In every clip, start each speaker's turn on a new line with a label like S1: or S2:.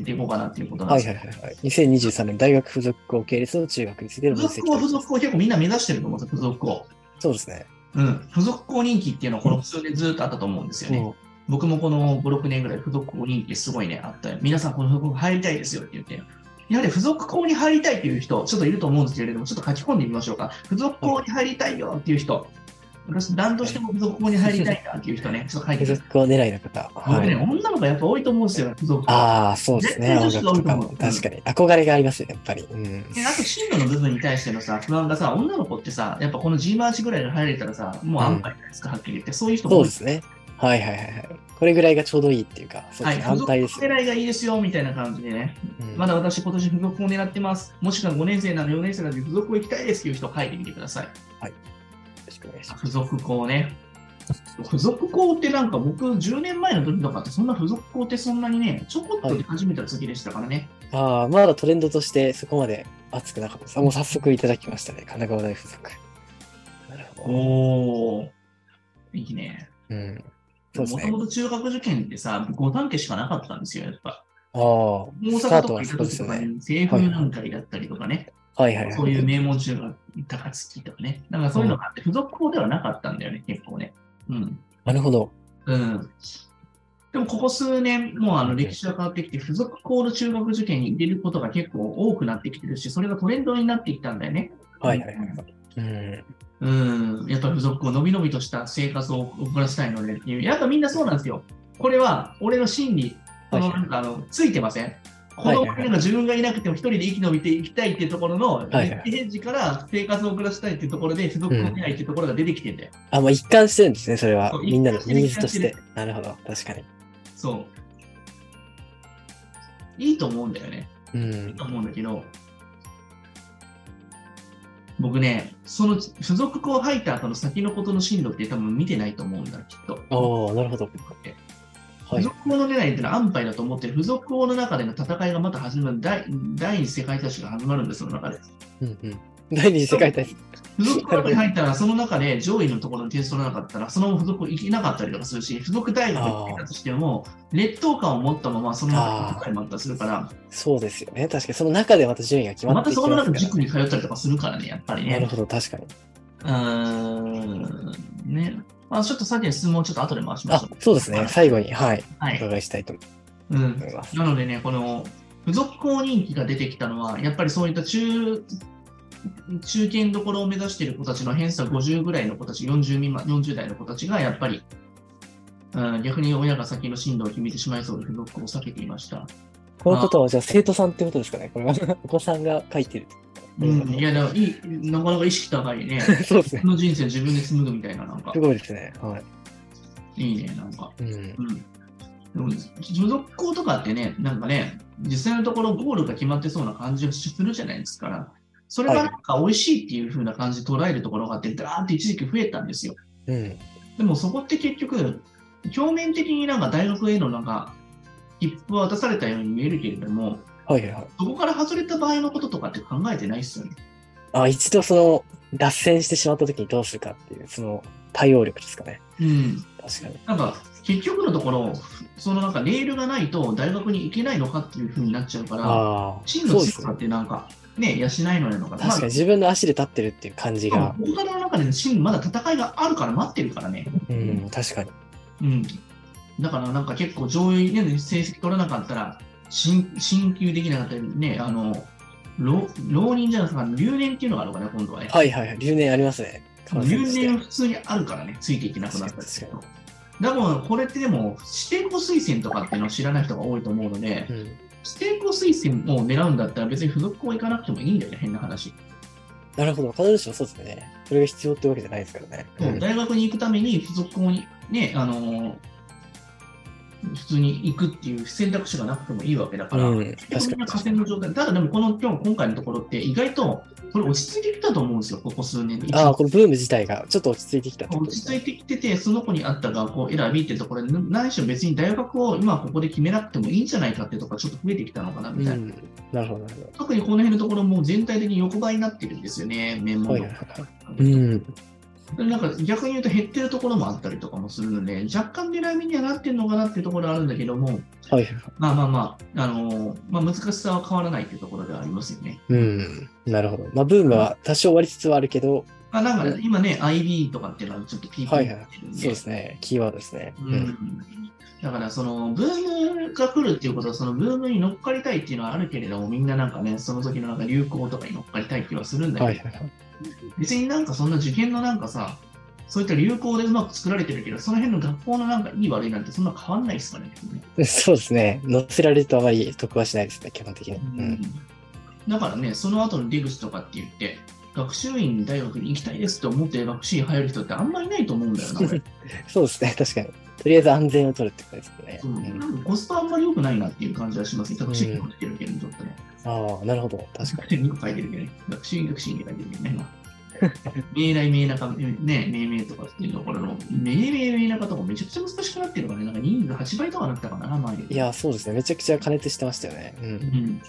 S1: ていこうかなっていうことなんで
S2: はい
S1: す
S2: はい
S1: け
S2: は
S1: ど
S2: いはい。2023年大学附属校系列の中学についての分
S1: 付属校、
S2: 析。
S1: 付属校結構みんな目指してると思うんですよ、付属校。
S2: そうですね。
S1: うん、付属校人気っていうのはこの数年ずっとあったと思うんですよね。
S2: うん
S1: 僕もこの5、6年ぐらい付属校人気すごいね、あったよ。皆さんこの付属校入りたいですよって言って。やはり付属校に入りたいっていう人、ちょっといると思うんですけれども、ちょっと書き込んでみましょうか。付属校に入りたいよっていう人、私、何としても付属校に入りたいなっていう人ね、ちょっと書いて
S2: 付
S1: くださ
S2: 属校狙いの方。
S1: い。僕
S2: は
S1: ね、
S2: い。
S1: 女の子やっぱ多いと思うんですよ、付属校。
S2: ああ、そうですね。音
S1: 絶対女
S2: 楽
S1: 子が多い
S2: とか
S1: と思う
S2: も。確かに。憧れがありますよね、やっぱり。うん。
S1: であと進路の部分に対してのさ、不安がさ、女の子ってさ、やっぱこの G マーチぐらいで入れたらさ、もう安牌じゃないですか、はっきり言って。そういう人も
S2: そう
S1: 多い
S2: ですね。はいはいはいはい。これぐらいがちょうどいいっていうか、そう
S1: はい、
S2: ですね。
S1: 付
S2: 反
S1: 属
S2: 対ですよね。
S1: 狙いがいいですよ、みたいな感じでね。
S2: うん
S1: まだ私、今年付属を狙ってます。もしくは5年生なの、4年生なの、付属を行きたいですっていう人、書いてみてください。
S2: よろしくお願いします
S1: 付属校ね。付属校ってなんか僕、10年前の時とかって、そんな付属校ってそんなにね、ちょこっとで始めた時でしたからね。
S2: ああ、まだトレンドとしてそこまで熱くなかったです。あもう早速いただきましたね。神奈川大附属。なるほど。
S1: おー、いいね。
S2: うん。そう
S1: も
S2: です
S1: と
S2: ね。
S1: もと中学受験ってさ、5単家しかなかったんですよ、やっぱ。
S2: ああ、
S1: 大
S2: スタ
S1: 阪
S2: ー
S1: と
S2: ト
S1: か行
S2: は
S1: っ
S2: そ
S1: た
S2: こで
S1: 時
S2: す
S1: と
S2: よ
S1: か
S2: ね。
S1: に、西風南海だったりとかね、
S2: はいはいはい。
S1: そういう名門中学、高槻とかね、なんかそういうのがあって、付属校ではなかったんだよね、結構ね。うん。
S2: なるほど。
S1: うん。でもここ数年、もうあの歴史が変わってきて、付属校の中学受験に入れることが結構多くなってきてるし、それがトレンドになってきたんだよね。
S2: はいはいはい。うん。
S1: うん。やっぱ付属校、のびのびとした生活を送らせたいのでっていう、やっぱみんなそうなんですよ。これは、俺の心理、このなんかあの、ついてませんこ
S2: はい
S1: の
S2: はい
S1: なんか自分がいなくても一人で生き延びていきたいっていうところの、
S2: はい
S1: 一時時から生活を送らせたいっていうところで、付属校狙いっていうところが出てきてんだよ。
S2: あ、もう一貫してるんですね、それは
S1: そ。う
S2: みんなの
S1: 一貫してる
S2: ニーズとし
S1: 一
S2: て。なるほど、確かに。
S1: そう。いいと思うんだよね。
S2: う
S1: いい
S2: ん。
S1: と思うんだけど、僕ね、その所属校入った後の先のことの進路って多分見てないと思うんだ、きっと。
S2: おおなるほど。は
S1: 付
S2: い。
S1: 属校の狙いっていうのは安牌だと思って、付属校の中での戦いがまた始まる、第第二次世界大戦が始まるんです、その中で。
S2: うんうん。第二次世界大戦。
S1: 付属校の中に入ったら、その中で上位のところの点数取らなかったら、そのまま付属校行けなかったりとかするし、付属大学に行ったとしても、劣等感を持ったまま、その中で戦いもあったりするから、
S2: そうですよね。確かに、その中でまた順位が決ま
S1: ま
S2: っ
S1: た
S2: ていき
S1: そこの
S2: ま
S1: 中
S2: すか
S1: で
S2: ら
S1: 塾。に通ったりとかするからね、やっぱりね。
S2: なるほど、確かに。
S1: うーんね。まあ、ちょっとさっきの質問をちょっと後で回しまし
S2: あ
S1: ょう、。
S2: そうですね。最後に、はい。
S1: は
S2: お
S1: い。
S2: 伺いしたいと
S1: うん。
S2: 思います。
S1: なのでね、この、付属校人気が出てきたのは、やっぱりそういった中、中堅どころを目指している子たちの偏差50ぐらいの子たち、40未満、40代の子たちが、やっぱり、うん、逆に親が先の進路を決めてしまいそうで、付属校を避けていました。
S2: このことは、じゃあ生徒さんってことですかね。これはお子さんが書いてる。
S1: うん、いや、でもいい、なかなか意識高いね。
S2: そうですね
S1: 自。分の人生自分で紡ぐみたいな、なんか
S2: す、ごいですね。はい。
S1: いいね、なんか。
S2: うん。
S1: うんでも所属校とかってね、なんかね、実際のところゴールが決まってそうな感じがするじゃないですか。それがなんか美味しいっていう風な感じで捉えるところがあって、ダーって一時期増えたんですよ。
S2: うん。
S1: でもそこって結局、表面的になんか大学へのなんか、切符は渡されたように見えるけれども、
S2: はいはいはい。
S1: そこから外れた場合のこととかって考えてないっすよね。
S2: あ、一度その、脱線してしまった時にどうするかっていう、その対応力ですかね。
S1: うん。
S2: 確かに。
S1: なんか、結局のところ、そのなんかレールがないと大学に行けないのかっていう風になっちゃうから、
S2: ああ、
S1: チー
S2: そ
S1: ム
S2: う
S1: の強
S2: です
S1: さ
S2: ね
S1: っ。てなんか、ね、養えないのかな。
S2: 確かに自分の足で立ってるっていう感じ
S1: まあ
S2: が、
S1: 僕からの中でのチーム、まだ戦いがあるから待ってるからね。
S2: うん、確かに。
S1: うん。だからなんか結構上位で成績取らなかったら、進進級できなかったりね、あの、浪浪人じゃなくて、留年っていうのがあるからね、今度はね。
S2: はいはいはい、留年ありますね。感染
S1: 留
S2: して
S1: 年普通にあるからね、ついていけなくなったりする
S2: 確
S1: と。だからこれってでも、指定校推薦とかっていうのを知らない人が多いと思うので、
S2: うん。
S1: 指定校推薦を狙うんだったら別に付属校行かなくてもいいんだよね、変な話。
S2: なるほど、必ずしもそうですね。それが必要ってわけじゃないですからね。
S1: そう大学に行くために付属校にね、あのー普通に行くっていう選択肢がなくてもいいわけだから、
S2: うん
S1: 結局みんな河川の状態、ただでもこの今日今回のところって、意外とこれ落ち着いてきたと思うんですよ、ここ数年で。
S2: ああ、このブーム自体がちょっと落ち着いてきたってこ
S1: 落
S2: とで
S1: ち
S2: す
S1: 着い
S2: ね。
S1: てきてて、その子に合った学校選びってところで、何しろ別に大学を今ここで決めなくてもいいんじゃないかってとか、ちょっと増えてきたのかな
S2: う
S1: みたいな。
S2: ん。なるほど、なるほ
S1: 特にこの辺のところもう全体的に横ばいになってるんですよね、面
S2: ど。
S1: も
S2: はいはいはい。うん。
S1: なんか逆に言うと減ってるところもあったりとかもするので、若干狙い目にはなってるのかなっていうところはあるんだけども、
S2: はいはいはい。
S1: まあまあまあ、あのーまあ、難しさは変わらないっていうところではありますよね。
S2: うん。なるほど。まあ、ブームは多少終わりつつはあるけど、
S1: まあ、なんかね今ね、IB とかっていうのはちょっと PP
S2: はいはい
S1: ってるん
S2: そうですね。キーワードですね。
S1: う。んだからそのブームが来るっていうことはそのブームに乗っかりたいっていうのはあるけれどもみんななんかねその時のなんか流行とかに乗っかりたい気はするんだけど、
S2: はいはいはい。
S1: 別になんかそんな受験のなんかさそういった流行でうまく作られてるけどその辺の学校のなんかいい悪いなんてそんな変わんないですからね。
S2: そうですね。乗せられるとあまり得はしないですね、基本的に。うん。
S1: だからねその後の出口とかって言って学習院大学に行きたいですって思って学習院入る人ってあんまりいないと思うんだ よな。俺
S2: そうですね、 確かに。とりあえず安全を取るってことですね。
S1: そううんなんかコスパあんまり良くないなっていう感じはしますね。学習院入ってるけどちょっとね。
S2: ああ、なるほど。確か
S1: 学習院書いてるけ どね。学習院学習院って書いてるけどね。命題命中、ね、命名とかっていうところの、命名命中とかめちゃくちゃ難しくなってるからね、なんか人数8倍とかなったかな、前
S2: に。いや、そうですね。めちゃくちゃ加熱してましたよね。う。
S1: うんん。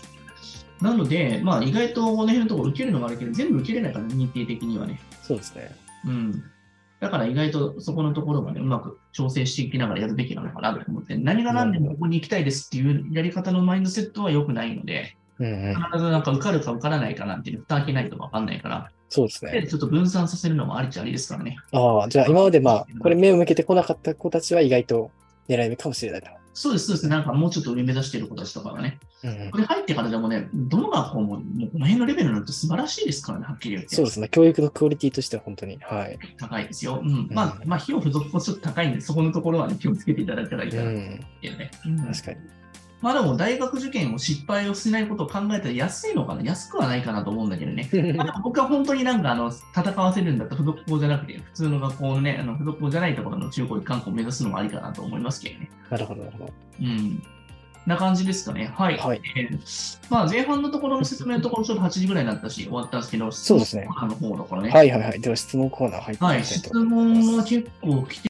S1: なので、まあ意外とこの辺のところ受けるのがあるけど、全部受けれないから、認定的にはね。
S2: そうですね。
S1: うん。だから意外とそこのところがね、うまく調整していきながらやるべきなのかなと思って、何が何でもここに行きたいですっていうやり方のマインドセットは良くないので、
S2: うんうん。
S1: 必ずなんか受かるか受からないかなんていうの蓋開けないと分かんないから、
S2: そうです
S1: で
S2: ね。
S1: ちょっと分散させるのもありっちゃありですからね。
S2: ああ、じゃあ今までまあ、これ目を向けてこなかった子たちは意外と狙い目かもしれないと。
S1: そうです、そうです。なんかもうちょっと上目指してる子たちとかはね。
S2: うんうん
S1: こ。れ入ってからでもね、どの学校も、もうこの辺のレベルなんて素晴らしいですからね、はっきり言って。
S2: そうですね。教育のクオリティとしては本当に。はい。
S1: 高いですよ。うん。まあ、まあ、費用付属もちょっと高いんで、そこのところはね、気をつけていただけたらいいうかなっ
S2: ん。
S1: ていうね。うん
S2: 確かに。
S1: まあでも、大学受験を失敗をしないことを考えたら安いのかな安くはないかなと思うんだけどね。 まあ、でも僕は本当になんかあの戦わせるんだったら、付属校じゃなくて、普通の学校のね、あの付属校じゃないところの中高一貫校を目指すのもありかなと思いますけどね。
S2: なるほど、なるほ
S1: うん。な感じですかね。はい。
S2: ど。はい。
S1: えーまあ、前半のところの説明のところ、ちょっと8時ぐらいになったし、終わったんですけど、
S2: そうですね
S1: 質問コーナーの方だからね。
S2: はいはいはい。では質問コーナー入って
S1: はいい、
S2: きたい
S1: 質
S2: と思います。
S1: 問は結構来て